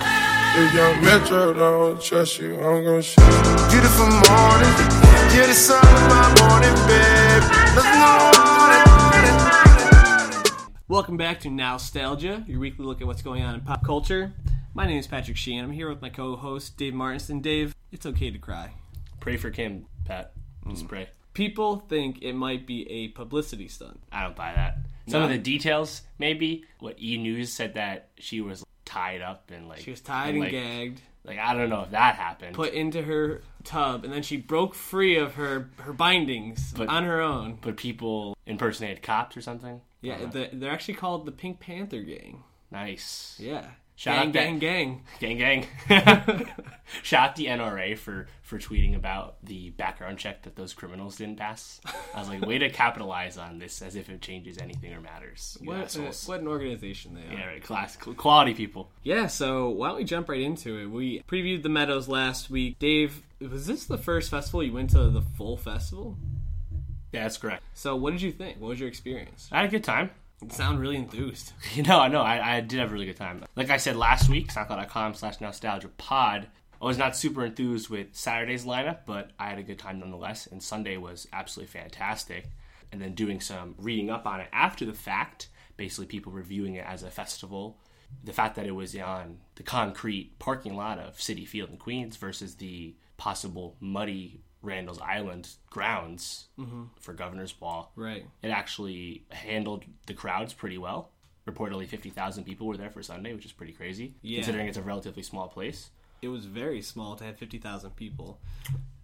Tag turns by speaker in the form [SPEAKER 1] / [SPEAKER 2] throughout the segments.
[SPEAKER 1] If young Metro don't trust you, I'm gon' shoot.
[SPEAKER 2] Beautiful morning, you're the sun of my morning, babe. Let's
[SPEAKER 3] Welcome back to Nostalgia, your weekly look at what's going on in pop culture. My name is Patrick Sheehan. I'm here with my co-host Dave Martinson. Dave, it's okay to cry.
[SPEAKER 4] Pray for Kim, Pat. Just
[SPEAKER 3] Mm.
[SPEAKER 4] pray.
[SPEAKER 3] People think it might be a publicity stunt.
[SPEAKER 4] I don't buy that. Some of
[SPEAKER 3] No.
[SPEAKER 4] the details, maybe. What E News said that she was tied up and like
[SPEAKER 3] She was tied and
[SPEAKER 4] like,
[SPEAKER 3] gagged,
[SPEAKER 4] Like I don't know if that happened.
[SPEAKER 3] put into her tub, and then she broke free of her her bindings
[SPEAKER 4] But-
[SPEAKER 3] on her own.
[SPEAKER 4] but people impersonated cops or something.
[SPEAKER 3] Yeah, the, they're actually called the Pink Panther Gang.
[SPEAKER 4] Nice.
[SPEAKER 3] Yeah,
[SPEAKER 4] Shout
[SPEAKER 3] gang,
[SPEAKER 4] out
[SPEAKER 3] gang,
[SPEAKER 4] that-
[SPEAKER 3] gang.
[SPEAKER 4] Gang gang. Shout out the NRA for for tweeting about the background check that those criminals didn't pass. I was like, way to capitalize on this as if it changes anything or matters. You
[SPEAKER 3] What, a,
[SPEAKER 4] assholes.
[SPEAKER 3] what an organization they are.
[SPEAKER 4] Yeah, right. Class quality people.
[SPEAKER 3] Yeah, so why don't we jump right into it? We previewed the Meadows last week. Dave, was this the first festival you went to the full festival?
[SPEAKER 4] Yeah, that's correct.
[SPEAKER 3] So what did you think? What was your experience?
[SPEAKER 4] I had a good time.
[SPEAKER 3] You sound really enthused.
[SPEAKER 4] You know, I know. I, I did have a really good time. Like I said last week, soundcloud.com slash nostalgia pod. I was not super enthused with Saturday's lineup, but I had a good time nonetheless. And Sunday was absolutely fantastic. And then doing some reading up on it after the fact, basically people reviewing it as a festival. The fact that it was on the concrete parking lot of City Field in Queens versus the possible muddy Randall's Island grounds for Governor's Ball
[SPEAKER 3] Right.
[SPEAKER 4] it actually handled the crowds pretty well. Reportedly, 50,000 people were there for Sunday, which is pretty crazy,
[SPEAKER 3] Yeah.
[SPEAKER 4] considering it's a relatively small place.
[SPEAKER 3] It was very small to have 50,000 people.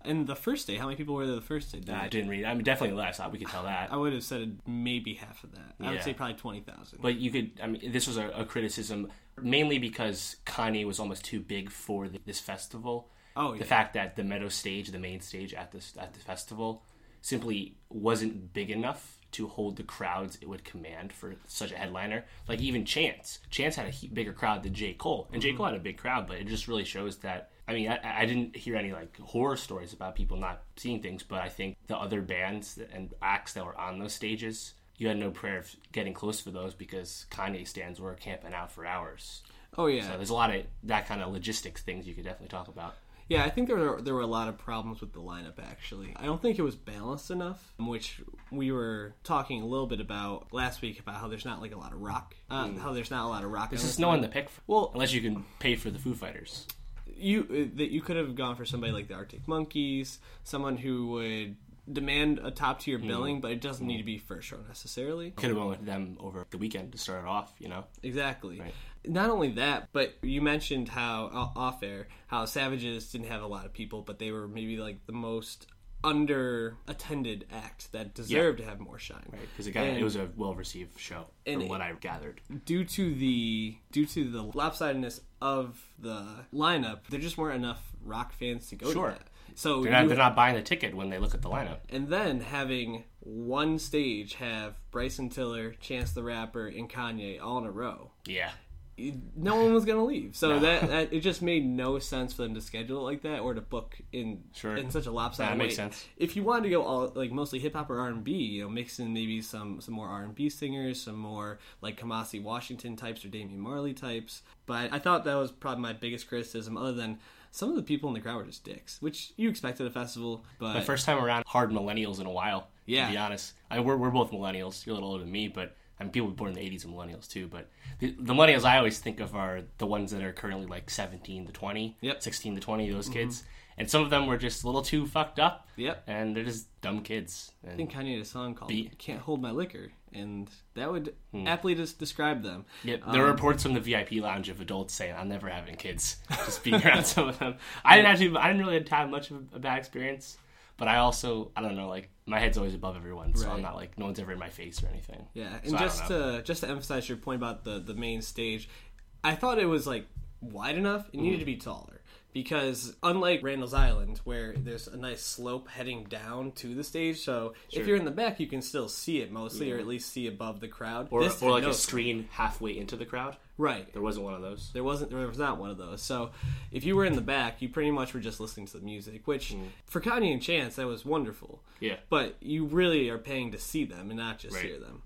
[SPEAKER 3] And the first day, how many people were there the first day? Did
[SPEAKER 4] I
[SPEAKER 3] I-
[SPEAKER 4] didn't read. I mean, definitely less. uh, We could tell that.
[SPEAKER 3] I would have said maybe half of that. I would
[SPEAKER 4] Yeah.
[SPEAKER 3] say probably 20,000.
[SPEAKER 4] But you could. I mean, this was a, a criticism mainly because Kanye was almost too big for the, this festival.
[SPEAKER 3] Oh,
[SPEAKER 4] the
[SPEAKER 3] yeah.
[SPEAKER 4] fact that the Meadow stage, the main stage at this at the festival, simply wasn't big enough to hold the crowds it would command for such a headliner. Like even Chance, Chance had a he- bigger crowd than J Cole, and
[SPEAKER 3] Mm-hmm.
[SPEAKER 4] J Cole had a big crowd, but it just really shows that. I mean, I, I didn't hear any like horror stories about people not seeing things, but I think the other bands and acts that were on those stages, you had no prayer of getting close for those because Kanye stands were camping out for hours.
[SPEAKER 3] oh, yeah.
[SPEAKER 4] So there's a lot of that kind of logistics things you could definitely talk about.
[SPEAKER 3] Yeah, I think there were, there were a lot of problems with the lineup. Actually, I don't think it was balanced enough, which we were talking a little bit about last week about how there's not like a lot of rock, uh, how there's not a lot of rock.
[SPEAKER 4] There's just no one to pick. For,
[SPEAKER 3] Well-
[SPEAKER 4] well, unless you can pay for the Foo Fighters.
[SPEAKER 3] you uh, that you could have gone for somebody like the Arctic Monkeys, someone who would demand a top tier billing, but it doesn't need to be first show necessarily.
[SPEAKER 4] Could have went with them over the weekend to start it off. You know,
[SPEAKER 3] Exactly.
[SPEAKER 4] Right.
[SPEAKER 3] Not only that, but you mentioned how o- off air how Savages didn't have a lot of people, but they were maybe like the most under attended act that deserved to have more shine.
[SPEAKER 4] because it got
[SPEAKER 3] And-
[SPEAKER 4] it was a well received show
[SPEAKER 3] and
[SPEAKER 4] from
[SPEAKER 3] it-
[SPEAKER 4] what I gathered.
[SPEAKER 3] Due to the due to the lopsidedness of the lineup, there just weren't enough rock fans to go
[SPEAKER 4] Sure.
[SPEAKER 3] to that. So
[SPEAKER 4] They're not,
[SPEAKER 3] you-
[SPEAKER 4] they're not buying the ticket when they look at the lineup.
[SPEAKER 3] and then having one stage have Bryson Tiller, Chance the Rapper, and Kanye all in a row.
[SPEAKER 4] Yeah,
[SPEAKER 3] no one was gonna leave. So that, that it just made no sense for them to schedule it like that or to book in
[SPEAKER 4] Sure.
[SPEAKER 3] in such a lopsided
[SPEAKER 4] That makes
[SPEAKER 3] way.
[SPEAKER 4] sense.
[SPEAKER 3] If you wanted to go all like mostly hip hop or R and B, you know, mix in maybe some some more R and B singers, some more like Kamasi Washington types or Damian Marley types. But I thought that was probably my biggest criticism, other than some of the people in the crowd were just dicks, which you expect at a festival. But
[SPEAKER 4] the first time around, hard millennials in a while.
[SPEAKER 3] Yeah.
[SPEAKER 4] to be honest, I, we're we're both millennials. You're a little older than me, but I mean, people born in the '80s are millennials too. But the, the millennials I always think of are the ones that are currently like 17 to 20,
[SPEAKER 3] Yep. Mm-hmm.
[SPEAKER 4] 16 to 20, those kids. And some of them were just a little too fucked up.
[SPEAKER 3] Yep.
[SPEAKER 4] and they're just dumb kids. And
[SPEAKER 3] I think Kanye had a song called
[SPEAKER 4] Beat. Hmm.
[SPEAKER 3] "Can't Hold My Liquor," and that would aptly just describe them.
[SPEAKER 4] Yeah,
[SPEAKER 3] Um,
[SPEAKER 4] there were reports from the VIP lounge of adults saying, "I'm never having kids." Just being around some of them, I didn't actually, I didn't really have much of a bad experience. But I also, I don't know, like my head's always above everyone, so
[SPEAKER 3] Right.
[SPEAKER 4] I'm not like no one's ever in my face or anything.
[SPEAKER 3] Yeah,
[SPEAKER 4] So
[SPEAKER 3] and
[SPEAKER 4] I don't
[SPEAKER 3] just
[SPEAKER 4] know.
[SPEAKER 3] to just to emphasize your point about the the main stage, I thought it was like wide enough. It
[SPEAKER 4] Mm-hmm.
[SPEAKER 3] needed to be taller because unlike Randall's Island, where there's a nice slope heading down to the stage, so if you're in the back, you can still see it mostly, or at least see above the crowd.
[SPEAKER 4] or,
[SPEAKER 3] This
[SPEAKER 4] or
[SPEAKER 3] had
[SPEAKER 4] like
[SPEAKER 3] no-
[SPEAKER 4] a screen halfway into the crowd.
[SPEAKER 3] right?
[SPEAKER 4] There wasn't one of those.
[SPEAKER 3] There wasn't there was not one of those. So if you were in the back, you pretty much were just listening to the music, which for Kanye and Chance that was wonderful.
[SPEAKER 4] Mm. Yeah.
[SPEAKER 3] But you really are paying to see them and not just
[SPEAKER 4] Right.
[SPEAKER 3] hear them.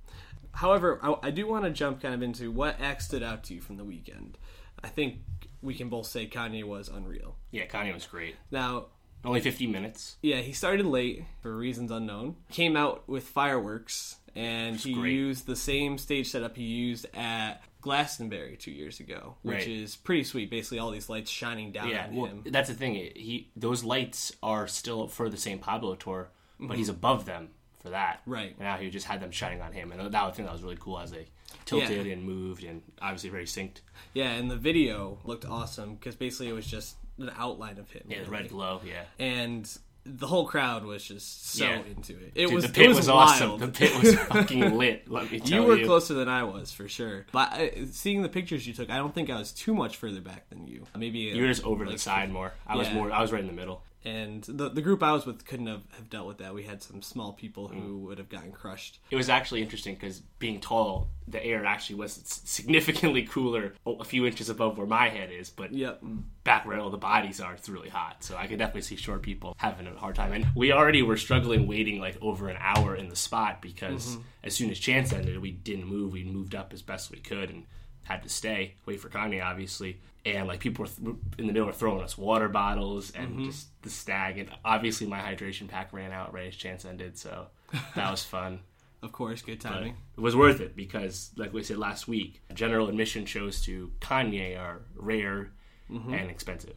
[SPEAKER 3] However, I, I do want to jump kind of into what act stood out to you from the weekend. I think we can both say Kanye was unreal.
[SPEAKER 4] Yeah, Kanye was great.
[SPEAKER 3] Now,
[SPEAKER 4] Only 50 minutes.
[SPEAKER 3] yeah, he started late for reasons unknown. Came out with fireworks, and he
[SPEAKER 4] great.
[SPEAKER 3] used the same stage setup he used at Glastonbury two years ago, which
[SPEAKER 4] Right.
[SPEAKER 3] is pretty sweet. Basically, all these lights shining down
[SPEAKER 4] Yeah,
[SPEAKER 3] on
[SPEAKER 4] well,
[SPEAKER 3] him.
[SPEAKER 4] that's the thing. He those lights are still for the St. Pablo tour, but he's above them for that.
[SPEAKER 3] Mm-hmm. Right.
[SPEAKER 4] And now he just had them shining on him, and that was the thing that was really cool as they tilted
[SPEAKER 3] Yeah.
[SPEAKER 4] and moved, and obviously very synced.
[SPEAKER 3] Yeah, and the video looked awesome because basically it was just an outline of him.
[SPEAKER 4] Yeah, the red glow. Yeah.
[SPEAKER 3] and the whole crowd was just so
[SPEAKER 4] Yeah.
[SPEAKER 3] into it. It
[SPEAKER 4] Dude,
[SPEAKER 3] was
[SPEAKER 4] the pit
[SPEAKER 3] it was,
[SPEAKER 4] was, awesome.
[SPEAKER 3] wild.
[SPEAKER 4] The pit was fucking lit. Let me tell
[SPEAKER 3] you
[SPEAKER 4] you.
[SPEAKER 3] were closer than I was for sure. But I, seeing the pictures you took, I don't think I was too much further back than you. Maybe
[SPEAKER 4] You were just over to the side more. I was
[SPEAKER 3] Yeah.
[SPEAKER 4] more. I was right in the middle.
[SPEAKER 3] And the the group I was with couldn't have, have dealt with that. We had some small people
[SPEAKER 4] Mm.
[SPEAKER 3] who would have gotten crushed.
[SPEAKER 4] It was actually interesting because being tall, the air actually was s- significantly cooler, a few inches above where my head is. But
[SPEAKER 3] Yep.
[SPEAKER 4] back where all the bodies are, it's really hot. So I could definitely see short people having a hard time. And we already were struggling waiting like over an hour in the spot because as soon as chance ended, we didn't move. We moved up as best we could and had to stay, wait for Kanye, obviously. And like people were th- in the middle were throwing us water bottles and just the stag. And obviously my hydration pack ran out right as chance ended. So that was fun.
[SPEAKER 3] Of course, good timing.
[SPEAKER 4] It was worth it because, like we said last week, general admission shows to Kanye are rare and expensive.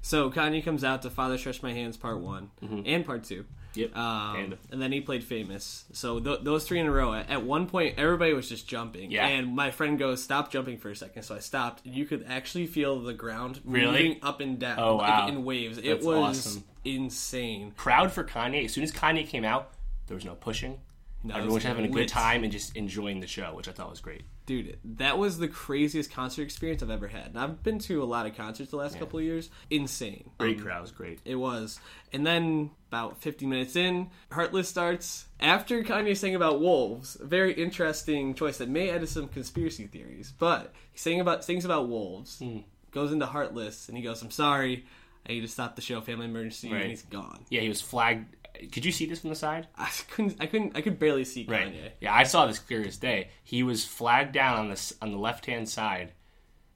[SPEAKER 3] So Kanye comes out to Father Stretch My Hands Part One and Part Two.
[SPEAKER 4] Mm-hmm. Yep.
[SPEAKER 3] Um,
[SPEAKER 4] and
[SPEAKER 3] and, then he played famous. So th- those three in a row. At, at one point, everybody was just jumping.
[SPEAKER 4] Yeah.
[SPEAKER 3] And my friend goes, "Stop jumping for a second. So I stopped. And you could actually feel the ground
[SPEAKER 4] Really?
[SPEAKER 3] moving up and down.
[SPEAKER 4] Oh,
[SPEAKER 3] like,
[SPEAKER 4] wow.
[SPEAKER 3] in waves. it
[SPEAKER 4] That's
[SPEAKER 3] was
[SPEAKER 4] awesome.
[SPEAKER 3] insane.
[SPEAKER 4] crowd for Kanye. As soon as Kanye came out, there was no pushing. Everyone was
[SPEAKER 3] it's
[SPEAKER 4] having a
[SPEAKER 3] lit.
[SPEAKER 4] good time and just enjoying the show, which I thought was great.
[SPEAKER 3] Dude, that was the craziest concert experience I've ever had. And I've been to a lot of concerts the last couple of years. Insane.
[SPEAKER 4] Great crowd was great.
[SPEAKER 3] It was. And then about 50 minutes in, Heartless starts. After Kanye sang about wolves, a very interesting choice that may add to some conspiracy theories, but he sang about sings about wolves,
[SPEAKER 4] Hmm.
[SPEAKER 3] goes into Heartless, and he goes, I'm sorry, I need to stop the show, family emergency,
[SPEAKER 4] Right.
[SPEAKER 3] and he's gone.
[SPEAKER 4] Yeah, he was flagged. Could you see this from the side?
[SPEAKER 3] I couldn't, I couldn't, I could barely see Kanye.
[SPEAKER 4] Yeah, I saw this clear as day. He was flagged down on the s- on the left hand side,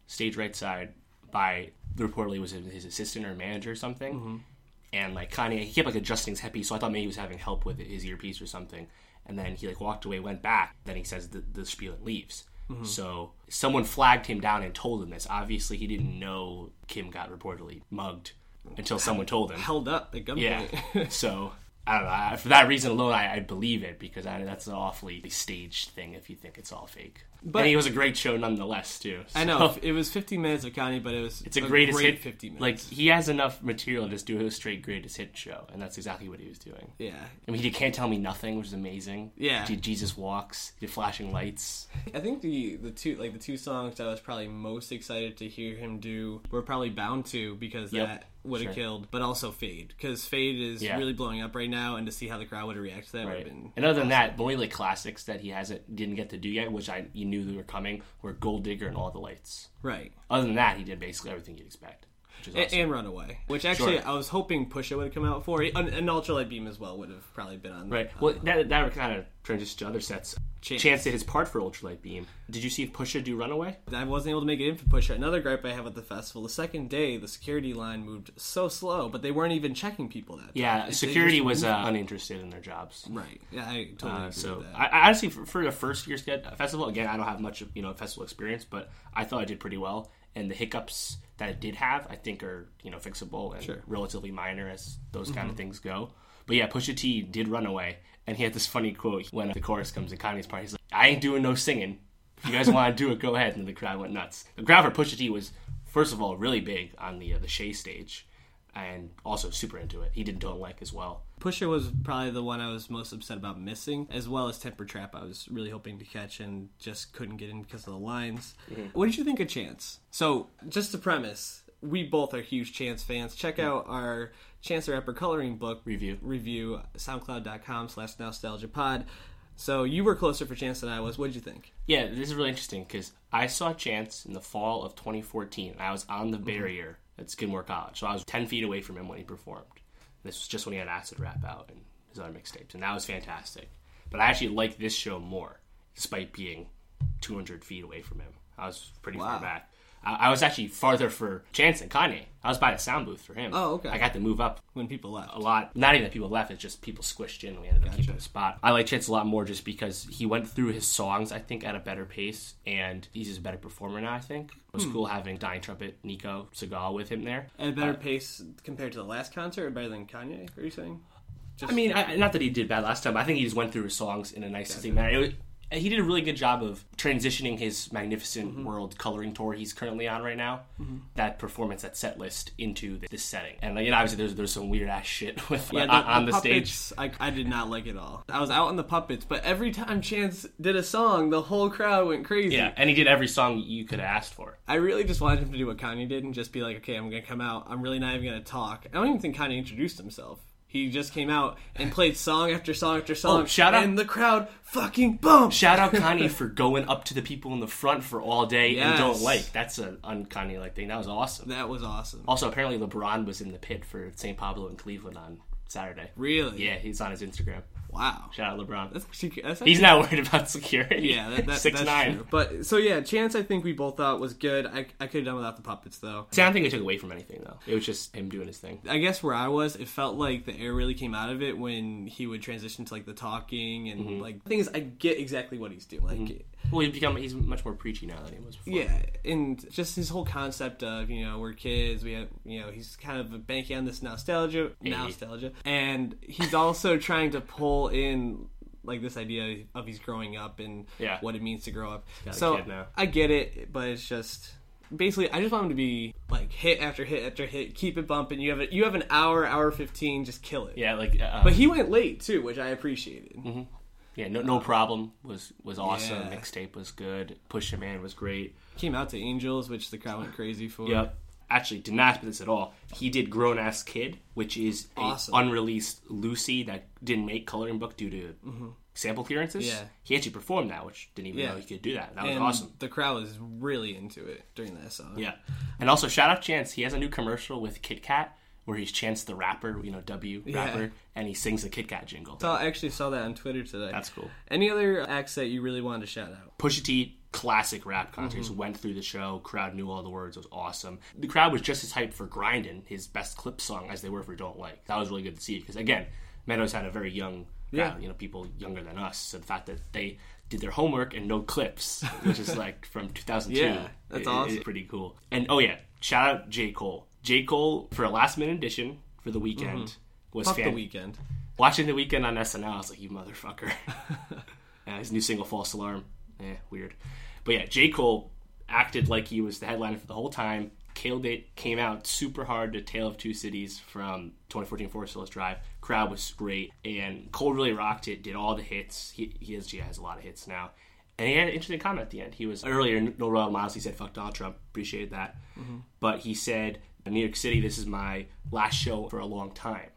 [SPEAKER 4] stage right side, by reportedly was his assistant or manager or something. And like Kanye, he kept like adjusting his headpiece, so I thought maybe he was having help with his earpiece or something. And then he like walked away, went back. Then he says the, the spiel and leaves. So someone flagged him down and told him this. Obviously, he didn't know Kim got reportedly mugged until someone told him.
[SPEAKER 3] Held up at
[SPEAKER 4] Yeah.
[SPEAKER 3] gunpoint.
[SPEAKER 4] so I don't know. I, for that reason alone, I, I believe it because I, that's an awfully staged thing. If you think it's all fake, but and it was a great show nonetheless, too.
[SPEAKER 3] I
[SPEAKER 4] So
[SPEAKER 3] know it was 50 minutes of Kanye, but it was
[SPEAKER 4] It's a greatest
[SPEAKER 3] great
[SPEAKER 4] hit.
[SPEAKER 3] 50 minutes.
[SPEAKER 4] Like he has enough material to just do a straight greatest hit show, and that's exactly what he was doing.
[SPEAKER 3] yeah,
[SPEAKER 4] I mean, he did can't tell me nothing, which is amazing.
[SPEAKER 3] Yeah.
[SPEAKER 4] He did Jesus walks, he did flashing lights.
[SPEAKER 3] I think the the two like the two songs I was probably most excited to hear him do were probably Bound to because
[SPEAKER 4] Yep,
[SPEAKER 3] that would have
[SPEAKER 4] sure.
[SPEAKER 3] killed, but also Fade because Fade is
[SPEAKER 4] Yeah.
[SPEAKER 3] really blowing up right now, and to see how the crowd would have reacted to that would have been
[SPEAKER 4] And other than that, the only like classics that he hasn't didn't get to do yet, which I you knew they were coming, were Gold Digger and All the Lights.
[SPEAKER 3] right.
[SPEAKER 4] Other than that, he did basically everything you'd expect. Which is
[SPEAKER 3] A-
[SPEAKER 4] awesome.
[SPEAKER 3] And Runaway, which actually
[SPEAKER 4] Sure.
[SPEAKER 3] I was hoping Pusha would have come out for, and, and Ultralight Beam as well would have probably been on.
[SPEAKER 4] Right. Well, that that kind of transitions to other sets.
[SPEAKER 3] Chance.
[SPEAKER 4] Chance. did his part for Ultralight Beam. Did you see Pusha do Runaway?
[SPEAKER 3] I wasn't able to make it in for Pusha. Another gripe I have with the festival: the second day, the security line moved so slow, but they weren't even checking people that.
[SPEAKER 4] Yeah, security was uh, uninterested in their jobs.
[SPEAKER 3] time. right. Yeah, I totally agree
[SPEAKER 4] Uh, so
[SPEAKER 3] with that.
[SPEAKER 4] I, I honestly, for, for the first year's get- festival, again, I don't have much you know festival experience, but I thought I did pretty well. And the hiccups that it did have, I think, are you know fixable and
[SPEAKER 3] Sure. Mm-hmm.
[SPEAKER 4] relatively minor as those kind of things go. But yeah, Pusha T did run away, and he had this funny quote when the chorus comes in Kanye's part. He's like, "I ain't doing no singing. If you guys want to do it, go ahead." And the crowd went nuts. The crowd for Pusha T was, first of all, really big on the uh, the Shea stage, and also super into it. He did Don't Like as well.
[SPEAKER 3] Pusher was probably the one I was most upset about missing, as well as Temper Trap. I was really hoping to catch and just couldn't get in because of the lines.
[SPEAKER 4] Mm-hmm.
[SPEAKER 3] What did you think of Chance? So, just to premise, we both are huge Chance fans. Check out our Chance the Rapper coloring book
[SPEAKER 4] Mm-hmm. Review.
[SPEAKER 3] review soundcloud.com slash nostalgia pod. So you were closer for Chance than I was. What did you think?
[SPEAKER 4] Yeah, this is really interesting because I saw Chance in the fall of 2014. And I was on the
[SPEAKER 3] Mm-hmm.
[SPEAKER 4] barrier at Skidmore College, so I was 10 feet away from him when he performed. This was just when he had Acid Rap out and his other mixtapes, and that was fantastic. But I actually liked this show more, despite being 200 feet away from him. I was pretty
[SPEAKER 3] Wow.
[SPEAKER 4] far back. I, I was actually farther for Chance and Kanye. I was by the sound booth for him.
[SPEAKER 3] Oh, okay.
[SPEAKER 4] I got to move up
[SPEAKER 3] when people left.
[SPEAKER 4] a lot. Not even that people left; it's just people squished in. We ended up keeping the spot. I like Chance a lot more just because he went through his songs, I think, at a better pace, and he's just a better performer now. I think it was cool having Dying Trumpet, Nico Segal with him there.
[SPEAKER 3] At a better pace compared to the last concert, or better than Kanye? Are you saying?
[SPEAKER 4] I mean, I, not that he did bad last time. I think he just went through his songs in a nice, succinct manner. It was, and he did a really good job of transitioning his magnificent world coloring tour he's currently on right now, that performance, that set list, into th- this setting. And like, and obviously, there's there's some weird ass shit with uh,
[SPEAKER 3] Yeah,
[SPEAKER 4] on, on the stage.
[SPEAKER 3] puppets, I, I did not like it all. I was out on the puppets, but every time Chance did a song, the whole crowd went crazy.
[SPEAKER 4] Yeah, and he did every song you could have asked for.
[SPEAKER 3] I really just wanted him to do what Kanye did and just be like, okay, I'm gonna come out. I'm really not even gonna talk. I don't even think Kanye introduced himself. He just came out and played song after song after song.
[SPEAKER 4] Oh, shout out-
[SPEAKER 3] and the crowd fucking bumped.
[SPEAKER 4] Shout out Kanye for going up to the people in the front for all day and
[SPEAKER 3] Yes.
[SPEAKER 4] don't like. That's an un Kanye like thing. That was awesome.
[SPEAKER 3] that was awesome.
[SPEAKER 4] Also, apparently LeBron was in the pit for St. Pablo in Cleveland on Saturday.
[SPEAKER 3] Really?
[SPEAKER 4] Yeah, he's on his Instagram.
[SPEAKER 3] Wow.
[SPEAKER 4] Shout out LeBron.
[SPEAKER 3] That's actually- that's actually-
[SPEAKER 4] He's not worried about security.
[SPEAKER 3] Yeah, that, that,
[SPEAKER 4] six
[SPEAKER 3] that's
[SPEAKER 4] nine.
[SPEAKER 3] true. But so yeah, Chance I think we both thought was good. I, I could have done without the puppets though.
[SPEAKER 4] See, I don't think it took away from anything though. It was just him doing his thing.
[SPEAKER 3] I guess where I was, it felt like the air really came out of it when he would transition to like the talking and
[SPEAKER 4] Mm-hmm.
[SPEAKER 3] like the thing is I get exactly what he's doing. Like
[SPEAKER 4] Well, he's become he's much more preachy now than he was before.
[SPEAKER 3] yeah, and just his whole concept of you know we're kids, we have you know he's kind of banking on this nostalgia, nostalgia, and he's also trying to pull in like this idea of he's growing up and
[SPEAKER 4] Yeah.
[SPEAKER 3] what it means to grow up.
[SPEAKER 4] a
[SPEAKER 3] So
[SPEAKER 4] kid now.
[SPEAKER 3] I get it, but it's just basically I just want him to be like hit after hit after hit, keep it bumping. You have a, you have an hour, hour fifteen, just kill it.
[SPEAKER 4] yeah, like uh,
[SPEAKER 3] But he went late too, which I appreciated.
[SPEAKER 4] Mm-hmm. yeah, no, no problem was was awesome.
[SPEAKER 3] Yeah.
[SPEAKER 4] Mixtape was good. Push a man was great.
[SPEAKER 3] Came out to Angels, which the crowd went crazy for.
[SPEAKER 4] Yep. Actually, did not expect this at all. He did Grown Ass Kid, which is a
[SPEAKER 3] Awesome.
[SPEAKER 4] unreleased Lucy that didn't make coloring book due to sample clearances.
[SPEAKER 3] Mm-hmm. Yeah.
[SPEAKER 4] He actually performed that, which didn't even
[SPEAKER 3] Yeah.
[SPEAKER 4] know he could do that. That was
[SPEAKER 3] And
[SPEAKER 4] awesome.
[SPEAKER 3] The crowd was really into it during that song.
[SPEAKER 4] Yeah. And also, shout out Chance. He has a new commercial with Kit Kat where he's Chance the rapper, you know, W rapper, and he sings the Kit Kat jingle.
[SPEAKER 3] Saw- I actually saw that on Twitter today.
[SPEAKER 4] That's cool.
[SPEAKER 3] Any other acts that you really wanted to shout out?
[SPEAKER 4] Pusha T classic rap concerts
[SPEAKER 3] Mm-hmm.
[SPEAKER 4] went through the show. Crowd knew all the words. It was awesome. The crowd was just as hyped for "Grindin'," his best clip song, as they were for "Don't Like." That was really good to see because again, Meadows had a very young crowd.
[SPEAKER 3] Yeah.
[SPEAKER 4] You know, people younger than us. So the fact that they did their homework and no clips, which is like from 2002,
[SPEAKER 3] Yeah, that's
[SPEAKER 4] i- i-
[SPEAKER 3] awesome.
[SPEAKER 4] pretty cool. And oh yeah, shout out J Cole. J Cole for a last minute addition for the weekend.
[SPEAKER 3] Mm-hmm.
[SPEAKER 4] Was
[SPEAKER 3] Fuck
[SPEAKER 4] fan-
[SPEAKER 3] the weekend.
[SPEAKER 4] watching the weekend on SNL, I was like, you motherfucker. uh, his new single, False Alarm. Eh, weird. But yeah, J. Cole acted like he was the headliner for the whole time. Killed it. Came out super hard to Tale of Two Cities from 2014 Forest Hills Drive. Crowd was great. And Cole really rocked it, did all the hits. He, he, has, he has a lot of hits now. And he had an interesting comment at the end. He was earlier, No Royal Miles, he said, fuck Donald Trump. Appreciated that. But he said, in New York City, this is my last show for a long time.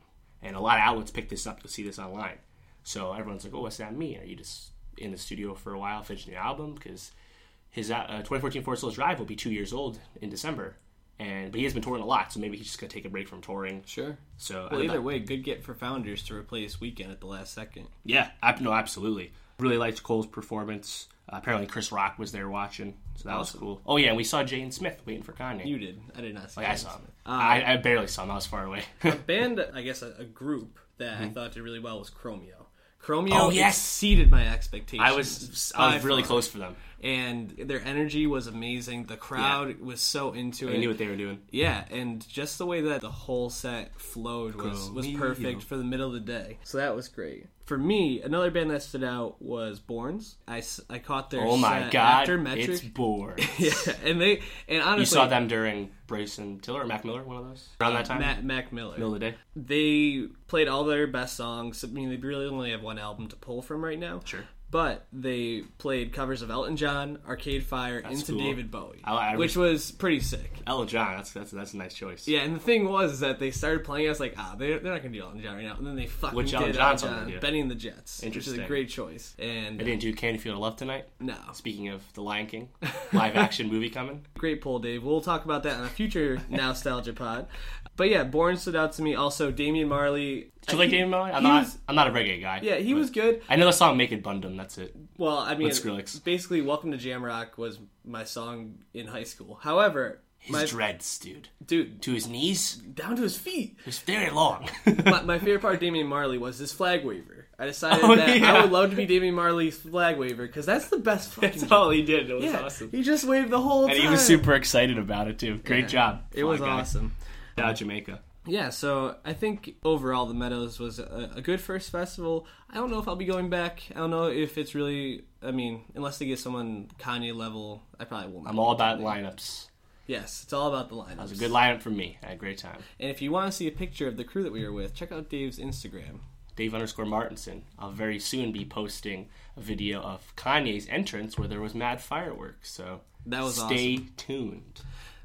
[SPEAKER 4] And a lot of outlets pick this up. You'll see this online. So everyone's like, oh, what's that mean? Are you just in the studio for a while finishing your album? Because his uh, 2014 Forest Hills Drive will be two years old in December. And But he has been touring a lot, so maybe he's just going to take a break from touring.
[SPEAKER 3] Sure.
[SPEAKER 4] So I
[SPEAKER 3] Well,
[SPEAKER 4] thought-
[SPEAKER 3] either way, good get for founders to replace Weekend at the last second.
[SPEAKER 4] yeah, ab- no, absolutely. Really liked Cole's performance. Uh, apparently, Chris Rock was there watching, so that was cool. Oh yeah, and we saw Jane Smith waiting for Kanye.
[SPEAKER 3] You Uh, did. I did not see.
[SPEAKER 4] Oh, I
[SPEAKER 3] that.
[SPEAKER 4] saw him. I, I barely saw him. I was far away.
[SPEAKER 3] Band, I guess a, a group that I thought did really well was Chromeo. Chromeo
[SPEAKER 4] Mm-hmm. Oh, yes!
[SPEAKER 3] exceeded my expectations.
[SPEAKER 4] I was I was
[SPEAKER 3] by
[SPEAKER 4] really
[SPEAKER 3] far.
[SPEAKER 4] close for them.
[SPEAKER 3] and their energy was amazing. The crowd was so into it.
[SPEAKER 4] I knew what they were doing.
[SPEAKER 3] Yeah, and just the way that the whole set flowed was, was
[SPEAKER 4] Chromeo.
[SPEAKER 3] perfect for the middle of the day. So that was great. For me, another band that stood out was Borns. I, s- I caught their
[SPEAKER 4] Oh my
[SPEAKER 3] set
[SPEAKER 4] god,
[SPEAKER 3] after
[SPEAKER 4] it's
[SPEAKER 3] Metric.
[SPEAKER 4] bored.
[SPEAKER 3] Yeah, and they and honestly,
[SPEAKER 4] You saw them during Brayson Tiller or Mac Miller, one of those around that time.
[SPEAKER 3] Matt Mac Miller.
[SPEAKER 4] Middle of the day.
[SPEAKER 3] They played all their best songs. I mean, they really only have one album to pull from right now.
[SPEAKER 4] Sure.
[SPEAKER 3] But they played covers of Elton John, Arcade Fire, into
[SPEAKER 4] cool.
[SPEAKER 3] David Bowie,
[SPEAKER 4] I- I
[SPEAKER 3] which was pretty sick.
[SPEAKER 4] Ella John. That's that's that's a nice choice.
[SPEAKER 3] Yeah, and the thing was is that they started playing. I was like, ah, they're, they're not gonna do Elton John right now. And then they fucking
[SPEAKER 4] Which
[SPEAKER 3] did
[SPEAKER 4] Elton
[SPEAKER 3] Elton
[SPEAKER 4] John song
[SPEAKER 3] John,
[SPEAKER 4] they do?
[SPEAKER 3] Benny and the Jets, which
[SPEAKER 4] Interesting.
[SPEAKER 3] is a great choice. And
[SPEAKER 4] They didn't do Candy Field of Love tonight.
[SPEAKER 3] no,
[SPEAKER 4] Speaking of The Lion King, live action movie coming.
[SPEAKER 3] Great poll, Dave. We'll talk about that on a future nostalgia pod. But yeah, Born stood out to me. Also, Damian Marley.
[SPEAKER 4] Do you like Damian Marley? I'm
[SPEAKER 3] he
[SPEAKER 4] not.
[SPEAKER 3] was-
[SPEAKER 4] I'm not a reggae guy.
[SPEAKER 3] Yeah, he
[SPEAKER 4] but-
[SPEAKER 3] was good.
[SPEAKER 4] I know the song "Make It Bundum." That's it.
[SPEAKER 3] Well, I mean,
[SPEAKER 4] With Skrillex.
[SPEAKER 3] basically, Welcome to Jamrock was my song in high school. However,
[SPEAKER 4] His
[SPEAKER 3] my
[SPEAKER 4] dreads, dude,
[SPEAKER 3] dude
[SPEAKER 4] to his knees.
[SPEAKER 3] down to his feet.
[SPEAKER 4] It's very long.
[SPEAKER 3] my, my favorite part of Damian Marley was his flag waver. I decided
[SPEAKER 4] Oh,
[SPEAKER 3] that I
[SPEAKER 4] yeah.
[SPEAKER 3] would love to be Damian Marley's flag waver because that's the best fucking.
[SPEAKER 4] That's all he did. It was
[SPEAKER 3] yeah,
[SPEAKER 4] awesome.
[SPEAKER 3] he just waved the whole
[SPEAKER 4] And
[SPEAKER 3] time.
[SPEAKER 4] he was super excited about it too. Great
[SPEAKER 3] Yeah.
[SPEAKER 4] job.
[SPEAKER 3] It was
[SPEAKER 4] Fly guy.
[SPEAKER 3] awesome.
[SPEAKER 4] Shout out Jamaica.
[SPEAKER 3] Yeah, so I think overall the Meadows was a, a good first festival. I don't know if I'll be going back. I don't know if it's really. I mean, unless they get someone Kanye level, I probably won't.
[SPEAKER 4] I'm all about lineups.
[SPEAKER 3] Yes, it's all about the lineups. That
[SPEAKER 4] It was a good lineup for me. I had a great time.
[SPEAKER 3] And if you want to see a picture of the crew that we were with, check out Dave's Instagram.
[SPEAKER 4] Dave underscore Martinson. I'll very soon be posting a video of Kanye's entrance where there was mad fireworks. So
[SPEAKER 3] That was
[SPEAKER 4] stay tuned.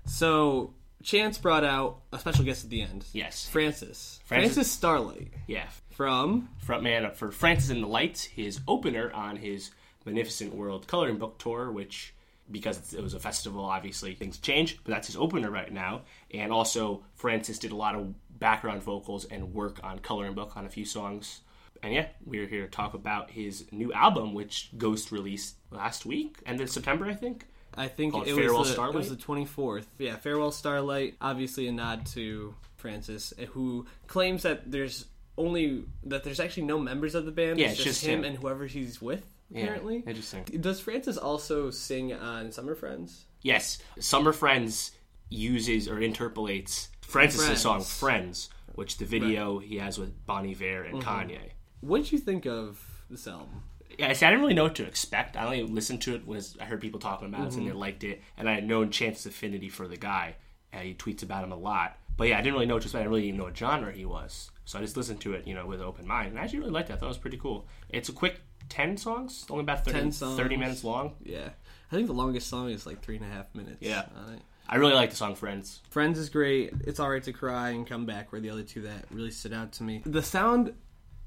[SPEAKER 3] So Chance brought out a special guest at the end.
[SPEAKER 4] Yes.
[SPEAKER 3] Francis. Francis,
[SPEAKER 4] Francis-
[SPEAKER 3] Starlight
[SPEAKER 4] Yeah,
[SPEAKER 3] from
[SPEAKER 4] frontman for Francis and the Lights, his opener on his Magnificent World coloring book tour, which because it was a festival, obviously things change, but that's his opener right now. And also, Francis did a lot of background vocals and work on coloring book on a few songs. And yeah, we're here to talk about his new album, which Ghost released last week, end of September, I think.
[SPEAKER 3] I think
[SPEAKER 4] Called
[SPEAKER 3] it
[SPEAKER 4] Farewell
[SPEAKER 3] was, the, it
[SPEAKER 4] Starlight?
[SPEAKER 3] was the 24th. Yeah, Farewell Starlight. Obviously, a nod to Francis, eh, who claims that there's only that there's actually no members of the band.
[SPEAKER 4] Yeah,
[SPEAKER 3] it's,
[SPEAKER 4] it's
[SPEAKER 3] just
[SPEAKER 4] just
[SPEAKER 3] him,
[SPEAKER 4] him.
[SPEAKER 3] and whoever he's with.
[SPEAKER 4] Yeah,
[SPEAKER 3] Apparently,
[SPEAKER 4] interesting.
[SPEAKER 3] Does Francis also sing on Summer Friends?
[SPEAKER 4] Yes, Summer Friends uses or interpolates Francis'
[SPEAKER 3] Friends.
[SPEAKER 4] song Friends, which the video he has with Bonnie Vare and
[SPEAKER 3] Mm-hmm.
[SPEAKER 4] Kanye.
[SPEAKER 3] What did you think of this album?
[SPEAKER 4] Yeah, I see, I didn't really know what to expect. I only listened to it when I heard people talking about it and
[SPEAKER 3] Mm-hmm.
[SPEAKER 4] they liked it, and I had known Chance's affinity for the guy. And he tweets about him a lot. But yeah, I didn't really know what to expect. I really didn't know what genre he was. So I just listened to it, you know, with an open mind. And I actually really liked it. I thought it was pretty cool. It's a quick 10 songs, only about 30,
[SPEAKER 3] 10 songs.
[SPEAKER 4] 30 minutes long.
[SPEAKER 3] Yeah, I think the longest song is like three and a half minutes.
[SPEAKER 4] Yeah.
[SPEAKER 3] on it.
[SPEAKER 4] I really like the song Friends.
[SPEAKER 3] Friends is great. It's all right to cry and come back. Were the other two that really stood out to me. The sound,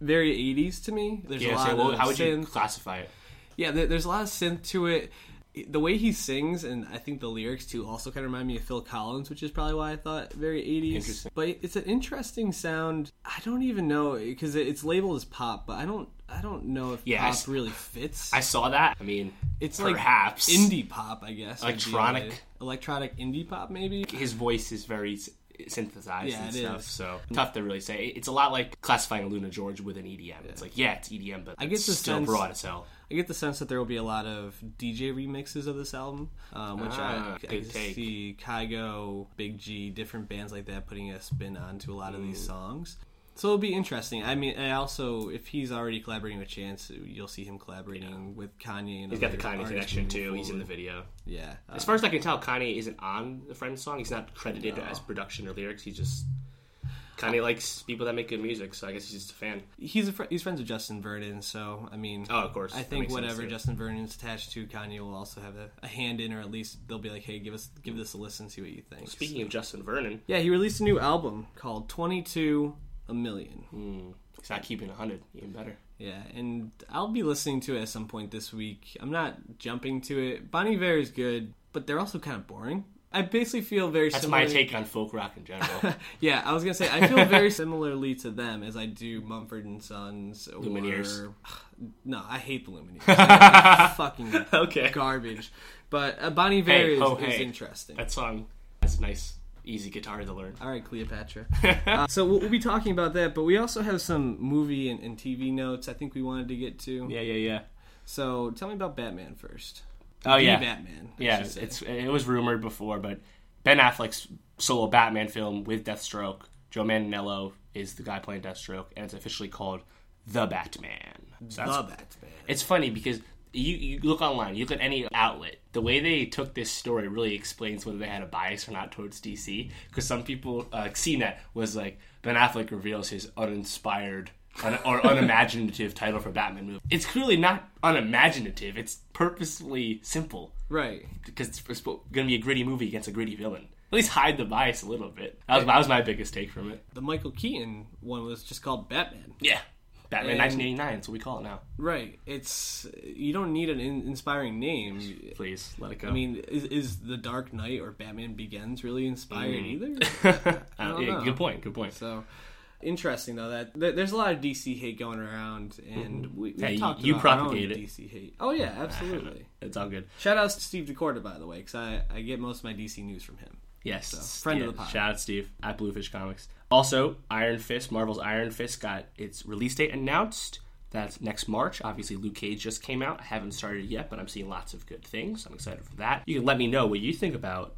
[SPEAKER 3] very 80s to me. There's a
[SPEAKER 4] Yeah,
[SPEAKER 3] lot
[SPEAKER 4] so what-
[SPEAKER 3] of
[SPEAKER 4] how would you
[SPEAKER 3] synth.
[SPEAKER 4] classify it?
[SPEAKER 3] Yeah, there, there's a lot of synth to it. The way he sings, and I think the lyrics too, also kind of remind me of Phil Collins, which is probably why I thought very 80s.
[SPEAKER 4] Interesting.
[SPEAKER 3] But it's an interesting sound. I don't even know because it's labeled as pop, but I don't, I don't know if
[SPEAKER 4] Yeah, I
[SPEAKER 3] pop
[SPEAKER 4] s-
[SPEAKER 3] really fits.
[SPEAKER 4] I saw that. I mean,
[SPEAKER 3] it's
[SPEAKER 4] perhaps
[SPEAKER 3] like indie pop, I guess. would be
[SPEAKER 4] Electronic.
[SPEAKER 3] like- electronic indie pop, maybe.
[SPEAKER 4] his voice is very s- synthesized
[SPEAKER 3] Yeah,
[SPEAKER 4] and
[SPEAKER 3] it
[SPEAKER 4] stuff.
[SPEAKER 3] is.
[SPEAKER 4] So tough to really say. It- It's a lot like classifying Luna George with an EDM. It's like yeah, it's EDM, but I
[SPEAKER 3] get
[SPEAKER 4] guess
[SPEAKER 3] the
[SPEAKER 4] it's still
[SPEAKER 3] sense-
[SPEAKER 4] broad as hell.
[SPEAKER 3] I get the sense that there will be a lot of DJ remixes of this album, um, which I,
[SPEAKER 4] Ah,
[SPEAKER 3] I
[SPEAKER 4] good take.
[SPEAKER 3] see Kygo, Big G, different bands like that putting a spin onto a lot of
[SPEAKER 4] Mm.
[SPEAKER 3] these songs. So it'll be interesting. I mean, I also, if he's already collaborating with Chance, you'll see him collaborating with Kanye. And
[SPEAKER 4] He's got the Kanye connection too. He's in the video.
[SPEAKER 3] yeah. Uh,
[SPEAKER 4] As far as I can tell, Kanye isn't on the Friends song. He's not credited as production or lyrics. He's just Kanye likes people that make good music, so I guess he's just a fan.
[SPEAKER 3] he's a fr- he's friends with Justin Vernon, so I mean,
[SPEAKER 4] Oh, of course.
[SPEAKER 3] I
[SPEAKER 4] That
[SPEAKER 3] think
[SPEAKER 4] makes sense,
[SPEAKER 3] whatever
[SPEAKER 4] too.
[SPEAKER 3] Justin Vernon's attached to, Kanye will also have a, a hand in, or at least they'll be like, hey, give us give this a listen, see what you think.
[SPEAKER 4] Speaking of Justin Vernon,
[SPEAKER 3] Yeah, he released a new album called 22 A Million.
[SPEAKER 4] he's not keeping hundred. Even better.
[SPEAKER 3] Yeah, and I'll be listening to it at some point this week. I'm not jumping to it. Bonnie Vare is good, but they're also kind of boring. I basically feel very
[SPEAKER 4] That's
[SPEAKER 3] similar.
[SPEAKER 4] my take on folk rock in general.
[SPEAKER 3] Yeah, I was gonna say I feel very similarly to them as I do Mumford and Sons or
[SPEAKER 4] Lumineers.
[SPEAKER 3] No, I hate the Lumineers. They're fucking
[SPEAKER 4] Okay.
[SPEAKER 3] garbage. But uh, Bonnie Vare
[SPEAKER 4] Hey,
[SPEAKER 3] is,
[SPEAKER 4] ho,
[SPEAKER 3] is
[SPEAKER 4] hey.
[SPEAKER 3] interesting.
[SPEAKER 4] that song has a nice, easy guitar to learn.
[SPEAKER 3] All right, Cleopatra. Uh, so we'll, we'll be talking about that, but we also have some movie and, and TV notes I think we wanted to get to.
[SPEAKER 4] Yeah, yeah, yeah.
[SPEAKER 3] So tell me about Batman first.
[SPEAKER 4] Oh
[SPEAKER 3] The
[SPEAKER 4] yeah,
[SPEAKER 3] Batman. I
[SPEAKER 4] Yeah,
[SPEAKER 3] should say.
[SPEAKER 4] it's it was rumored before, but Ben Affleck's solo Batman film with Deathstroke, Joe Manganiello is the guy playing Deathstroke, and it's officially called The Batman. So
[SPEAKER 3] the
[SPEAKER 4] that's-
[SPEAKER 3] Batman.
[SPEAKER 4] It's funny because you, you look online, you look at any outlet. The way they took this story really explains whether they had a bias or not towards DC. Because some people, uh, CNET was like Ben Affleck reveals his uninspired un- or unimaginative title for Batman movie. It's clearly not unimaginative. It's purposely simple
[SPEAKER 3] Right.
[SPEAKER 4] because it's, it's going to be a gritty movie against a gritty villain. At least hide the bias a little bit. That was, that was my biggest take from it.
[SPEAKER 3] The Michael Keaton one was just called Batman.
[SPEAKER 4] Yeah. Batman
[SPEAKER 3] And-
[SPEAKER 4] 1989. That's what we call it now.
[SPEAKER 3] Right. It's you don't need an in- inspiring name.
[SPEAKER 4] Please let it go.
[SPEAKER 3] I mean, is, is the Dark Knight or Batman Begins really
[SPEAKER 4] Mm.
[SPEAKER 3] inspired either?
[SPEAKER 4] I don't-
[SPEAKER 3] don't
[SPEAKER 4] Uh, yeah,
[SPEAKER 3] know.
[SPEAKER 4] good point. Good point.
[SPEAKER 3] So interesting though that th- there's a lot of DC hate going around, and we, we
[SPEAKER 4] Mm-hmm. Yeah, you-
[SPEAKER 3] talked
[SPEAKER 4] you
[SPEAKER 3] about our own
[SPEAKER 4] propagate it.
[SPEAKER 3] DC hate. Oh yeah, absolutely.
[SPEAKER 4] It's all good.
[SPEAKER 3] Shout out to Steve DeCorda by the way, because I, I get most of my DC news from him.
[SPEAKER 4] Yes,
[SPEAKER 3] friend of
[SPEAKER 4] yeah,
[SPEAKER 3] the pod.
[SPEAKER 4] Shout out Steve at Bluefish Comics. Also, Iron Fist, Marvel's Iron Fist got its release date announced. That's next March. Obviously, Luke Cage just came out. I haven't started yet, but I'm seeing lots of good things. I'm excited for that. You can let me know what you think about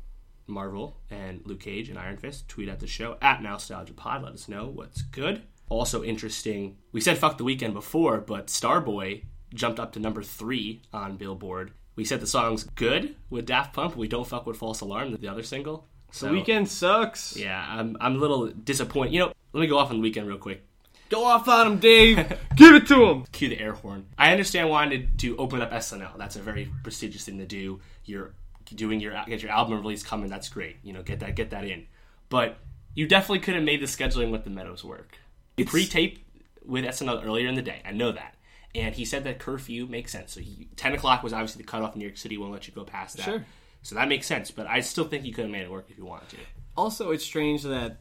[SPEAKER 4] Marvel and Luke Cage and Iron Fist. Tweet at the show at Nostalgia Pod. Let us know what's good. Also interesting. We said fuck the weekend before, but Starboy jumped up to number three on Billboard. We said the song's good with Daft Punk. We don't fuck with False Alarm, the other single. So
[SPEAKER 3] Weekend sucks.
[SPEAKER 4] yeah, I'm I'm a little disappointed. You know, let me go off on the weekend real quick.
[SPEAKER 3] Go off on him, Dave. Give it to him.
[SPEAKER 4] Cue the air horn. I understand wanting to open up SNL. That's a very prestigious thing to do. You're doing your get your album release coming. That's great. You know, get that get that in. But you definitely could have made the scheduling with the Meadows work. Pre-tape with SNL earlier in the day. I know that. And he said that curfew makes sense. So he, ten o'clock was obviously the cutoff in New York City. Won't let you go past that.
[SPEAKER 3] Sure.
[SPEAKER 4] So that makes sense. But I still think you could have made it work if you wanted to.
[SPEAKER 3] Also, it's strange that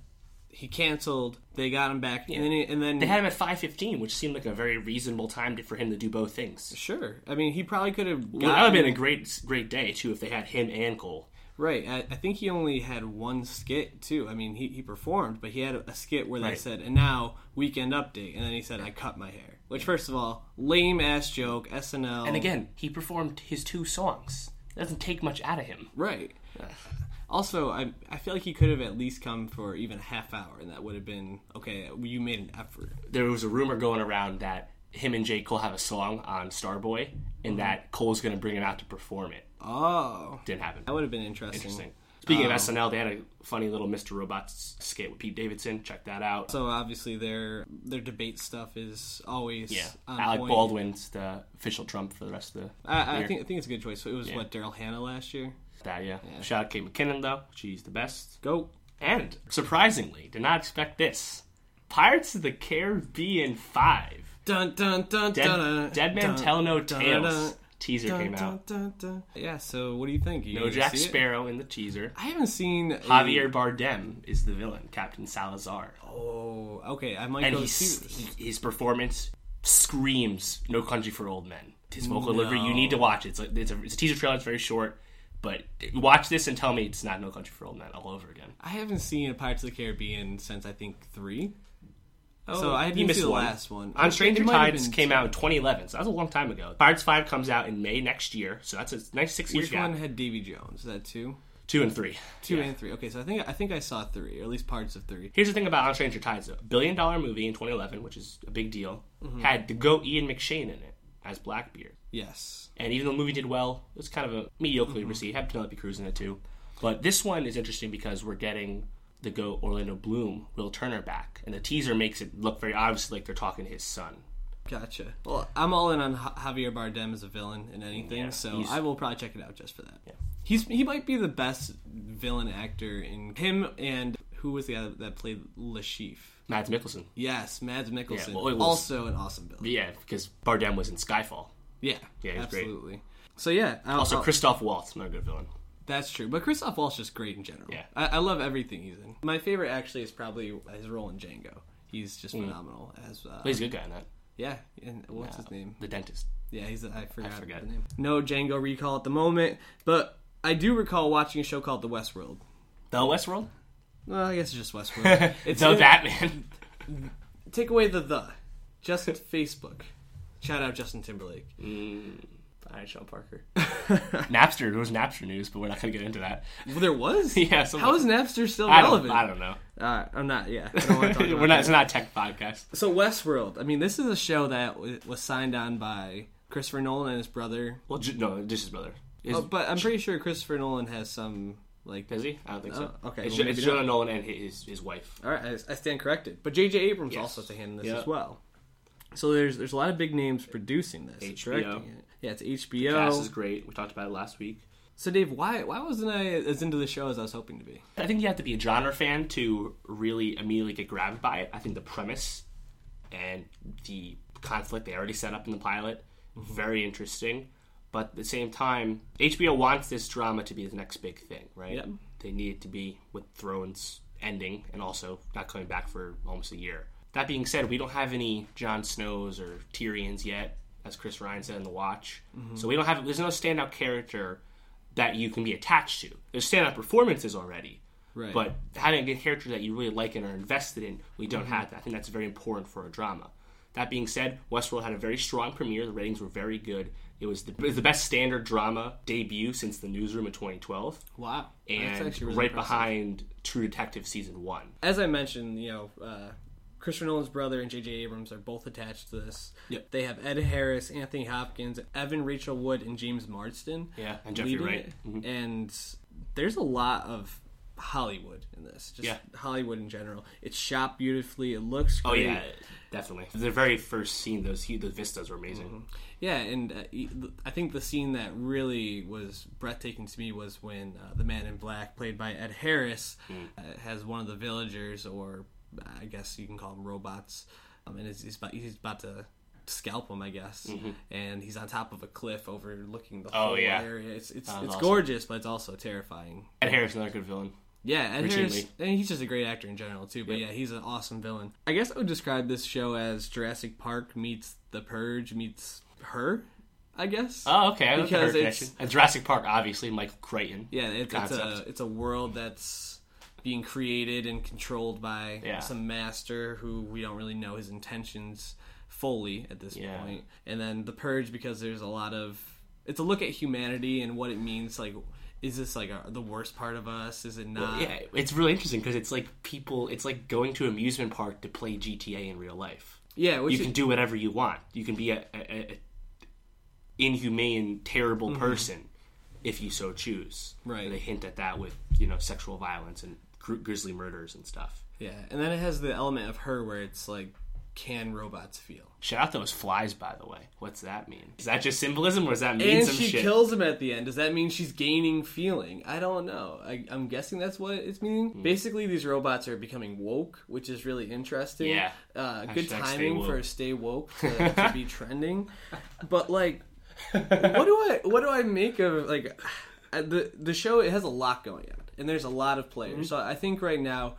[SPEAKER 3] he canceled. They got him back, and then he- and then
[SPEAKER 4] They had him at five fifteen, which seemed like a very reasonable time to, for him to do both things.
[SPEAKER 3] sure. I mean, he probably could have.
[SPEAKER 4] Well, that would have been a great, great day too if they had him and Cole.
[SPEAKER 3] Right. I, I think he only had one skit too. I mean, he, he performed, but he had a, a skit where they
[SPEAKER 4] Right.
[SPEAKER 3] said, "And now weekend update," and then he said, "I cut my hair," which, first of all, lame ass joke, SNL,
[SPEAKER 4] And again, he performed his two songs. That doesn't take much out of him.
[SPEAKER 3] right. Also, I I feel like he could have at least come for even a half hour, and that would have been okay. You made an effort.
[SPEAKER 4] There was a rumor going around that him and J. Cole have a song on Starboy, and that Cole's going to bring him out to perform it.
[SPEAKER 3] Oh,
[SPEAKER 4] Didn't happen.
[SPEAKER 3] that Um, would have been interesting.
[SPEAKER 4] Interesting. Speaking of SNL, they had a funny little Mr. Robot s- skit with Pete Davidson. Check that out.
[SPEAKER 3] So obviously their their debate stuff is always
[SPEAKER 4] yeah,
[SPEAKER 3] on
[SPEAKER 4] Alec
[SPEAKER 3] point.
[SPEAKER 4] Baldwin's the official Trump for the rest of the.
[SPEAKER 3] I, I
[SPEAKER 4] year.
[SPEAKER 3] think I think it's a good choice. So it was what Daryl Hannah last year.
[SPEAKER 4] that. Yeah. Shout out Kate McKinnon though. She's the best.
[SPEAKER 3] Go
[SPEAKER 4] And surprisingly, did not expect this. Pirates of the Caribbean Five.
[SPEAKER 3] Dun dun dun
[SPEAKER 4] Dead,
[SPEAKER 3] dun.
[SPEAKER 4] Dead Man Tell No Tales teaser
[SPEAKER 3] dun,
[SPEAKER 4] came
[SPEAKER 3] dun,
[SPEAKER 4] out.
[SPEAKER 3] Dun, dun. Yeah. So what do you think? You
[SPEAKER 4] No
[SPEAKER 3] gonna
[SPEAKER 4] Jack
[SPEAKER 3] see it?
[SPEAKER 4] Sparrow in the teaser.
[SPEAKER 3] I haven't seen a-
[SPEAKER 4] Javier Bardem is the villain, Captain Salazar,
[SPEAKER 3] Oh, okay. I might
[SPEAKER 4] and
[SPEAKER 3] go
[SPEAKER 4] he's,
[SPEAKER 3] see. this.
[SPEAKER 4] he, his performance screams "No Country for Old Men." His vocal delivery, you need to watch it. It's, like, it's, a, it's a teaser trailer. It's very short, but watch this and tell me it's not "No Country for Old Men" all over again.
[SPEAKER 3] I haven't seen a Pirates of the Caribbean since I think three.
[SPEAKER 4] Oh,
[SPEAKER 3] So I
[SPEAKER 4] you
[SPEAKER 3] didn't
[SPEAKER 4] missed
[SPEAKER 3] see the
[SPEAKER 4] one.
[SPEAKER 3] last one.
[SPEAKER 4] On
[SPEAKER 3] It-
[SPEAKER 4] Stranger
[SPEAKER 3] it might have
[SPEAKER 4] Tides
[SPEAKER 3] been
[SPEAKER 4] came
[SPEAKER 3] two.
[SPEAKER 4] out in 2011, so that was a long time ago. Pirates 5 comes out in May next year, so that's a nice six year
[SPEAKER 3] Which
[SPEAKER 4] gap.
[SPEAKER 3] one had Davy Jones? Is that two,
[SPEAKER 4] Two and three.
[SPEAKER 3] two
[SPEAKER 4] Yeah.
[SPEAKER 3] and three? Okay, so I think I think I saw three, or at least parts of three.
[SPEAKER 4] Here's the thing about On Stranger Tides, though. Billion dollar movie in 2011, which is a big deal,
[SPEAKER 3] Mm-hmm.
[SPEAKER 4] had the goat Ian McShane in it as Blackbeard.
[SPEAKER 3] Yes.
[SPEAKER 4] And even though the movie did well, it was kind of a mediocrely
[SPEAKER 3] Mm-hmm.
[SPEAKER 4] received. Had Penelope Cruz in it too. But this one is interesting because we're getting the goat Orlando Bloom, Will Turner back, and the teaser makes it look very obviously like they're talking to his son.
[SPEAKER 3] Gotcha. Well, I'm all in on Ja- Javier Bardem as a villain in anything,
[SPEAKER 4] Yeah,
[SPEAKER 3] so
[SPEAKER 4] he's-
[SPEAKER 3] I will probably check it out just for that. He's he might be the best villain actor in him and who was the guy that played Lashif?
[SPEAKER 4] Mads Mikkelsen.
[SPEAKER 3] Yes, Mads Mikkelsen.
[SPEAKER 4] well, it was-
[SPEAKER 3] also an awesome villain.
[SPEAKER 4] Yeah, because Bardem was in Skyfall.
[SPEAKER 3] Yeah,
[SPEAKER 4] Yeah, he's great.
[SPEAKER 3] absolutely. So yeah, I'll,
[SPEAKER 4] Also,
[SPEAKER 3] I'll-
[SPEAKER 4] Christoph Waltz, not a good villain.
[SPEAKER 3] that's true. But Christoph Waltz is great in general.
[SPEAKER 4] Yeah.
[SPEAKER 3] I, I love everything he's in. My favorite actually is probably his role in Django. He's just
[SPEAKER 4] Mm.
[SPEAKER 3] phenomenal as uh,
[SPEAKER 4] But he's a good guy in that. Uh,
[SPEAKER 3] yeah. And what's his name?
[SPEAKER 4] The dentist.
[SPEAKER 3] Yeah, he's. I forgot
[SPEAKER 4] forget.
[SPEAKER 3] the name. No Django recall at the moment, but I do recall watching a show called The Westworld.
[SPEAKER 4] The Westworld?
[SPEAKER 3] Well, I guess it's just Westworld. It's
[SPEAKER 4] The
[SPEAKER 3] it-
[SPEAKER 4] Batman.
[SPEAKER 3] Take away the the. Just Facebook. Shout out Justin Timberlake.
[SPEAKER 4] Alright, Sean Parker. Napster. There was Napster news, but we're not going to get into that.
[SPEAKER 3] Well, there was.
[SPEAKER 4] Yeah, some-
[SPEAKER 3] How is Napster still
[SPEAKER 4] I don't,
[SPEAKER 3] relevant?
[SPEAKER 4] I don't know.
[SPEAKER 3] Uh, I'm not. Yeah. I don't want to talk about
[SPEAKER 4] we're not,
[SPEAKER 3] that.
[SPEAKER 4] it's not a tech podcast.
[SPEAKER 3] So Westworld. I mean, this is a show that w- was signed on by Christopher Nolan and his brother.
[SPEAKER 4] Well, ju- no, just his brother. Is,
[SPEAKER 3] Oh, but I'm pretty sure Christopher Nolan has some like.
[SPEAKER 4] does he? I don't think so.
[SPEAKER 3] Oh, okay,
[SPEAKER 4] It's,
[SPEAKER 3] well,
[SPEAKER 4] ju- it's
[SPEAKER 3] maybe
[SPEAKER 4] Jonah Nolan and his, his wife.
[SPEAKER 3] All right, I, I stand corrected. But J.J. Abrams
[SPEAKER 4] Yes.
[SPEAKER 3] also has a hand in this
[SPEAKER 4] Yeah.
[SPEAKER 3] as well. So there's there's a lot of big names producing this, and
[SPEAKER 4] HBO.
[SPEAKER 3] directing it. Yeah, it's
[SPEAKER 4] Cast is
[SPEAKER 3] HBO.
[SPEAKER 4] great. We talked about it last week.
[SPEAKER 3] So Dave, why why wasn't I as into the show as I was hoping to be?
[SPEAKER 4] I think you have to be a genre fan to really immediately get grabbed by it. I think the premise and the conflict they already set up in the pilot.
[SPEAKER 3] Mm-hmm.
[SPEAKER 4] Very interesting. But at the same time, HBO wants this drama to be the next big thing, right?
[SPEAKER 3] Yep.
[SPEAKER 4] They need it to be with Thrones ending and also not coming back for almost a year. That being said, we don't have any Jon Snows or Tyrions yet, as Chris Ryan said in The Watch.
[SPEAKER 3] Mm-hmm.
[SPEAKER 4] So we don't have, there's no standout character that you can be attached to. There's standout performances already,
[SPEAKER 3] Right.
[SPEAKER 4] but having a character that you really like and are invested in, we
[SPEAKER 3] Mm-hmm.
[SPEAKER 4] don't have that. I think that's very important for a drama. That being said, Westworld had a very strong premiere. The ratings were very good. It was the, it was the best standard drama debut since The Newsroom in 2012,
[SPEAKER 3] Wow. That's
[SPEAKER 4] and
[SPEAKER 3] actually really
[SPEAKER 4] right
[SPEAKER 3] impressive.
[SPEAKER 4] behind True Detective season one.
[SPEAKER 3] As I mentioned, you know, uh, Christopher Nolan's brother and J.J. Abrams are both attached to this.
[SPEAKER 4] Yep.
[SPEAKER 3] They have Ed Harris, Anthony Hopkins, Evan Rachel Wood, and James Marsden.
[SPEAKER 4] Yeah, and Jeffrey
[SPEAKER 3] leading
[SPEAKER 4] Wright. Mm-hmm.
[SPEAKER 3] it. And there's a lot of Hollywood in this. Just
[SPEAKER 4] Yeah.
[SPEAKER 3] Hollywood in general. It's shot beautifully. It looks
[SPEAKER 4] Oh
[SPEAKER 3] great.
[SPEAKER 4] yeah, definitely. The very first scene, those hu- those vistas were amazing.
[SPEAKER 3] Mm-hmm. Yeah, and uh, e- th- I think the scene that really was breathtaking to me was when uh, the man in black, played by Ed Harris,
[SPEAKER 4] Mm.
[SPEAKER 3] uh, has one of the villagers, or I guess you can call them robots, um, and he's, he's, about, he's about to scalp him, I guess, and he's on top of a cliff overlooking the
[SPEAKER 4] Mm-hmm. Oh,
[SPEAKER 3] whole
[SPEAKER 4] yeah.
[SPEAKER 3] area. It's it's, it's
[SPEAKER 4] was awesome.
[SPEAKER 3] gorgeous, but it's also terrifying.
[SPEAKER 4] Ed Harris, another good villain.
[SPEAKER 3] Yeah, Ed
[SPEAKER 4] Richie
[SPEAKER 3] Harris,
[SPEAKER 4] Lee.
[SPEAKER 3] and he's just a great actor in general too. But yeah, he's an awesome villain. I guess I would describe this show as Jurassic Park meets The Purge meets her. I guess.
[SPEAKER 4] Oh, okay. I
[SPEAKER 3] Because
[SPEAKER 4] because
[SPEAKER 3] it's-
[SPEAKER 4] it's and Jurassic Park, obviously, Michael Crichton.
[SPEAKER 3] yeah, it, it's a
[SPEAKER 4] concept.
[SPEAKER 3] it's a world that's being created and controlled by
[SPEAKER 4] Yeah.
[SPEAKER 3] some master who we don't really know his intentions fully at this
[SPEAKER 4] Yeah.
[SPEAKER 3] point. And then The Purge because there's a lot of it's a look at humanity and what it means. Like, is this like a, the worst part of us? Is it not?
[SPEAKER 4] Yeah, it's really interesting because it's like people, it's like going to amusement park to play GTA in real life.
[SPEAKER 3] yeah which
[SPEAKER 4] You
[SPEAKER 3] is-
[SPEAKER 4] can do whatever you want. You can be a, a, a a inhumane, terrible person if you so choose.
[SPEAKER 3] Mm-hmm. Right.
[SPEAKER 4] And they hint at that with you know sexual violence and gr- grisly murders and stuff.
[SPEAKER 3] Yeah, and then it has the element of her where it's like, can robots feel?
[SPEAKER 4] Shout out those flies, by the way. What's that mean? Is that just symbolism, or does that mean
[SPEAKER 3] And
[SPEAKER 4] some
[SPEAKER 3] she
[SPEAKER 4] shit?
[SPEAKER 3] kills him at the end. Does that mean she's gaining feeling? I don't know. I, I'm guessing that's what it's meaning.
[SPEAKER 4] Hmm.
[SPEAKER 3] Basically, these robots are becoming woke, which is really interesting.
[SPEAKER 4] Yeah.
[SPEAKER 3] Uh, good
[SPEAKER 4] Hashtag stay
[SPEAKER 3] timing for
[SPEAKER 4] woke.
[SPEAKER 3] stay woke to, to be trending. But like, what do I what do I make of like uh, the the show? It has a lot going on, and there's a lot of players.
[SPEAKER 4] Hmm.
[SPEAKER 3] So I think right now.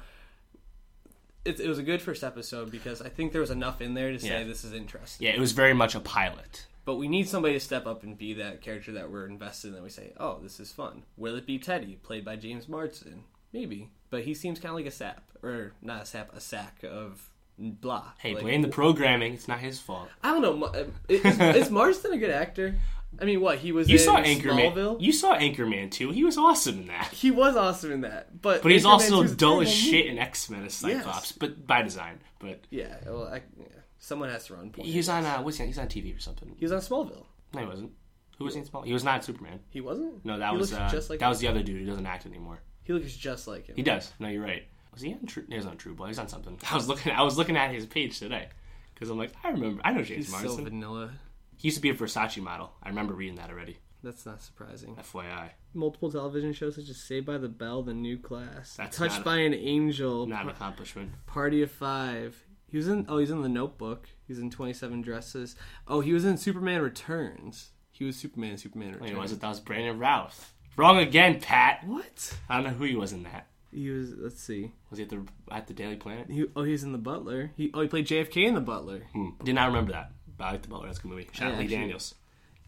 [SPEAKER 3] It, it was a good first episode because I think there was enough in there to say
[SPEAKER 4] Yeah.
[SPEAKER 3] this is interesting.
[SPEAKER 4] yeah, it was very much a pilot.
[SPEAKER 3] But we need somebody to step up and be that character that we're invested in. That we say, "Oh, this is fun." Will it be Teddy, played by James Marsden? Maybe, but he seems kind of like a sap, or not a sap, a sack of blah.
[SPEAKER 4] Hey,
[SPEAKER 3] Like,
[SPEAKER 4] blame the programming. It's not his fault.
[SPEAKER 3] I don't know. Ma- uh, Is, is Marsden a good actor? I mean, what he was
[SPEAKER 4] You
[SPEAKER 3] in
[SPEAKER 4] saw
[SPEAKER 3] Smallville.
[SPEAKER 4] Anchorman. You saw Anchorman too. He was awesome in that.
[SPEAKER 3] he was awesome in that, but
[SPEAKER 4] But he's
[SPEAKER 3] Anchorman
[SPEAKER 4] also
[SPEAKER 3] 2 's a
[SPEAKER 4] dull as
[SPEAKER 3] terrible
[SPEAKER 4] shit in X Men as Cyclops, but by design. But
[SPEAKER 3] movie. Yeah, well, I, yeah. someone has to run. Point.
[SPEAKER 4] he was on uh, what's he on? He's on TV or something.
[SPEAKER 3] He was on Smallville.
[SPEAKER 4] No, he wasn't. Who was he in Small? He was not Superman.
[SPEAKER 3] He wasn't.
[SPEAKER 4] No, that
[SPEAKER 3] he
[SPEAKER 4] was
[SPEAKER 3] looks
[SPEAKER 4] uh,
[SPEAKER 3] just like
[SPEAKER 4] that was the other dude who doesn't act anymore.
[SPEAKER 3] he looks just like him.
[SPEAKER 4] He does. No, you're right. Was he on True? no, He was on True Blood. He's on something. I was looking. I was looking at his page today because I'm like, I remember. I know James
[SPEAKER 3] He's so
[SPEAKER 4] Marsden.
[SPEAKER 3] vanilla.
[SPEAKER 4] he used to be a Versace model. I remember reading that already.
[SPEAKER 3] That's not surprising.
[SPEAKER 4] FYI,
[SPEAKER 3] multiple television shows such as Saved by the Bell, The New Class,
[SPEAKER 4] That's
[SPEAKER 3] Touched
[SPEAKER 4] not a-
[SPEAKER 3] by an Angel,
[SPEAKER 4] not an accomplishment.
[SPEAKER 3] Party of Five. He was in. Oh, he's in The Notebook. He's in Twenty Seven Dresses. Oh, he was in Superman Returns. He was Superman. in Superman Returns.
[SPEAKER 4] Oh, He wasn't. That was Brandon Routh. Wrong again, Pat.
[SPEAKER 3] What?
[SPEAKER 4] I don't know who he was in that.
[SPEAKER 3] He was. Let's see.
[SPEAKER 4] Was he at the at the Daily Planet?
[SPEAKER 3] He, oh, he's in The Butler. He. Oh, he played JFK in The Butler.
[SPEAKER 4] Did not remember that. But Hmm. I like the Butler. That's a good movie. Shout out
[SPEAKER 3] Yeah,
[SPEAKER 4] Lee
[SPEAKER 3] actually-
[SPEAKER 4] Daniels.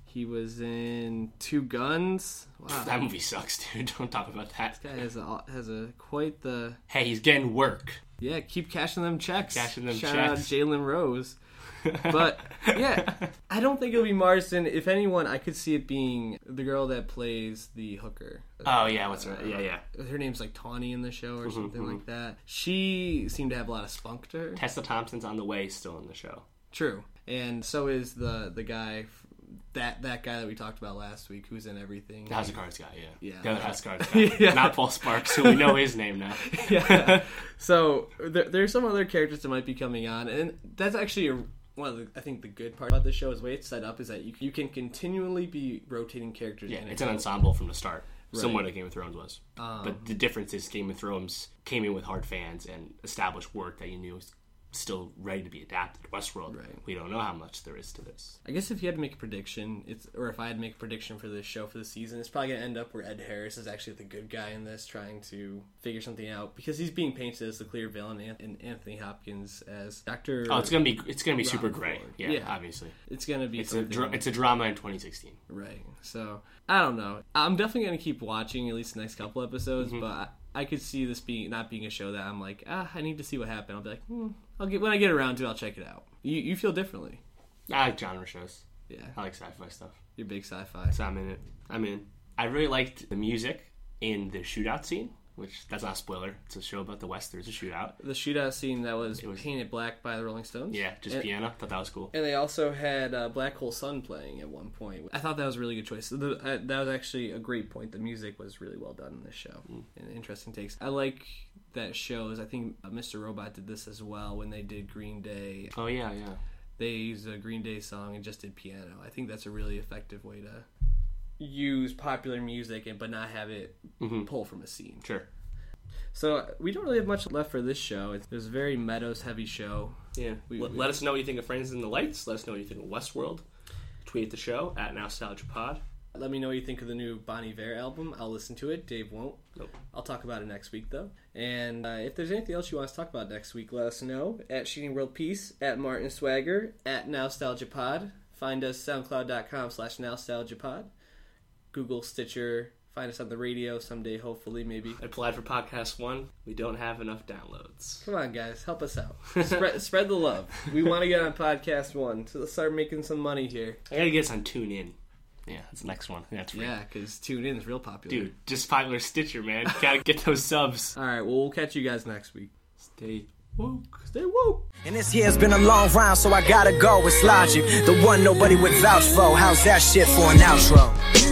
[SPEAKER 3] He was in Two Guns. Wow.
[SPEAKER 4] That movie sucks, dude. Don't talk about that.
[SPEAKER 3] Guy has a has a quite the
[SPEAKER 4] Hey, he's getting work.
[SPEAKER 3] yeah. Keep cashing them checks.
[SPEAKER 4] Cashing them
[SPEAKER 3] Shout
[SPEAKER 4] checks.
[SPEAKER 3] out Jalen Rose. But yeah, I don't think it'll be Marsden. If anyone, I could see it being the girl that plays the hooker.
[SPEAKER 4] Oh yeah, what's her? Yeah, yeah.
[SPEAKER 3] Her name's like Tawny in the show
[SPEAKER 4] Mm-hmm,
[SPEAKER 3] or something like that. She seemed to have a lot of spunk to her.
[SPEAKER 4] Tessa Thompson's on the way, still in the show.
[SPEAKER 3] True, and so is the the guy f- that that guy that we talked about last week who's in everything.
[SPEAKER 4] The House of Cards guy, yeah.
[SPEAKER 3] Yeah.
[SPEAKER 4] The other House of Cards guy. Not Paul Sparks, who we know his name now.
[SPEAKER 3] yeah. So there, there's some other characters that might be coming on, and that's actually a, one of the I think the good part about the show is the way it's set up is that you you can continually be rotating characters.
[SPEAKER 4] Yeah,
[SPEAKER 3] in it.
[SPEAKER 4] it's an ensemble from the start, similar to Game of Thrones was. but the difference is Game of Thrones came in with hard fans and established work that you knew still ready to be adapted. Westworld,
[SPEAKER 3] Right.
[SPEAKER 4] we don't know how much there is to this.
[SPEAKER 3] I guess if you had to make a prediction, it's or if I had to make a prediction for this show for the season, it's probably gonna end up where Ed Harris is actually the good guy in this, trying to figure something out because he's being painted as the clear villain and- and Anthony Hopkins as Doctor.
[SPEAKER 4] Oh, it's gonna be it's gonna be super
[SPEAKER 3] Rob
[SPEAKER 4] great.
[SPEAKER 3] Ford.
[SPEAKER 4] Yeah,
[SPEAKER 3] Yeah.
[SPEAKER 4] obviously.
[SPEAKER 3] It's gonna be
[SPEAKER 4] It's a
[SPEAKER 3] something.
[SPEAKER 4] dra- it's a drama in 2016.
[SPEAKER 3] Right. So I don't know. I'm definitely gonna keep watching at least the next couple episodes,
[SPEAKER 4] Mm-hmm.
[SPEAKER 3] but I, I could see this being not being a show that I'm like, ah, I need to see what happened. I'll be like, hmm, I'll get when I get around to, it, I'll check it out. You you feel differently.
[SPEAKER 4] I like genre shows.
[SPEAKER 3] Yeah,
[SPEAKER 4] I like sci-fi stuff.
[SPEAKER 3] you're big sci-fi.
[SPEAKER 4] So I'm in it. I'm in. I really liked the music in the shootout scene, which that's not a spoiler. It's a show about the West. There's a shootout.
[SPEAKER 3] The shootout scene that was,
[SPEAKER 4] was-
[SPEAKER 3] painted black by the Rolling Stones.
[SPEAKER 4] Yeah, just
[SPEAKER 3] and,
[SPEAKER 4] piano. Thought that was cool.
[SPEAKER 3] And they also had uh, Black Hole Sun playing at one point. I thought that was a really good choice. So the, uh, that was actually a great point. The music was really well done in this show. And interesting takes. I like that shows. I think uh, Mr. Robot did this as well when they did Green Day.
[SPEAKER 4] Oh yeah, yeah.
[SPEAKER 3] They used a Green Day song and just did piano. I think that's a really effective way to use popular music and but not have it pull from a scene.
[SPEAKER 4] Sure.
[SPEAKER 3] So uh, we don't really have much left for this show. It's, it was a very Meadows heavy show.
[SPEAKER 4] Yeah.
[SPEAKER 3] We-
[SPEAKER 4] let,
[SPEAKER 3] we-
[SPEAKER 4] let us know what you think of Friends in the Lights. Let us know what you think of Westworld. Tweet the show at Nostalgia Pod.
[SPEAKER 3] Let me know what you think of the new Bonnie Vare album. I'll listen to it. Dave won't.
[SPEAKER 4] Nope.
[SPEAKER 3] I'll talk about it next week, though. And uh, if there's anything else you want us to talk about next week, let us know at Shooting World Peace, at Martin Swagger, at NostalgiaPod. Find us soundcloud.com slash NostalgiaPod. Google, Stitcher. Find us on the radio someday, hopefully, maybe.
[SPEAKER 4] I applied for Podcast One. We don't have enough downloads.
[SPEAKER 3] Come on, guys. Help us out. spread, spread the love. We want to get on Podcast One, so let's start making some money here.
[SPEAKER 4] I gotta get us on TuneIn. Yeah, that's the next one. That's free.
[SPEAKER 3] Yeah, because TuneIn is real popular.
[SPEAKER 4] Dude, just popular Stitcher, man. Gotta get those subs.
[SPEAKER 3] All right, well, we'll catch you guys next week.
[SPEAKER 4] Stay woke.
[SPEAKER 3] Stay woke.
[SPEAKER 5] And this here's been a long round, so I gotta go. It's logic. The one nobody would vouch for. How's that shit for an outro?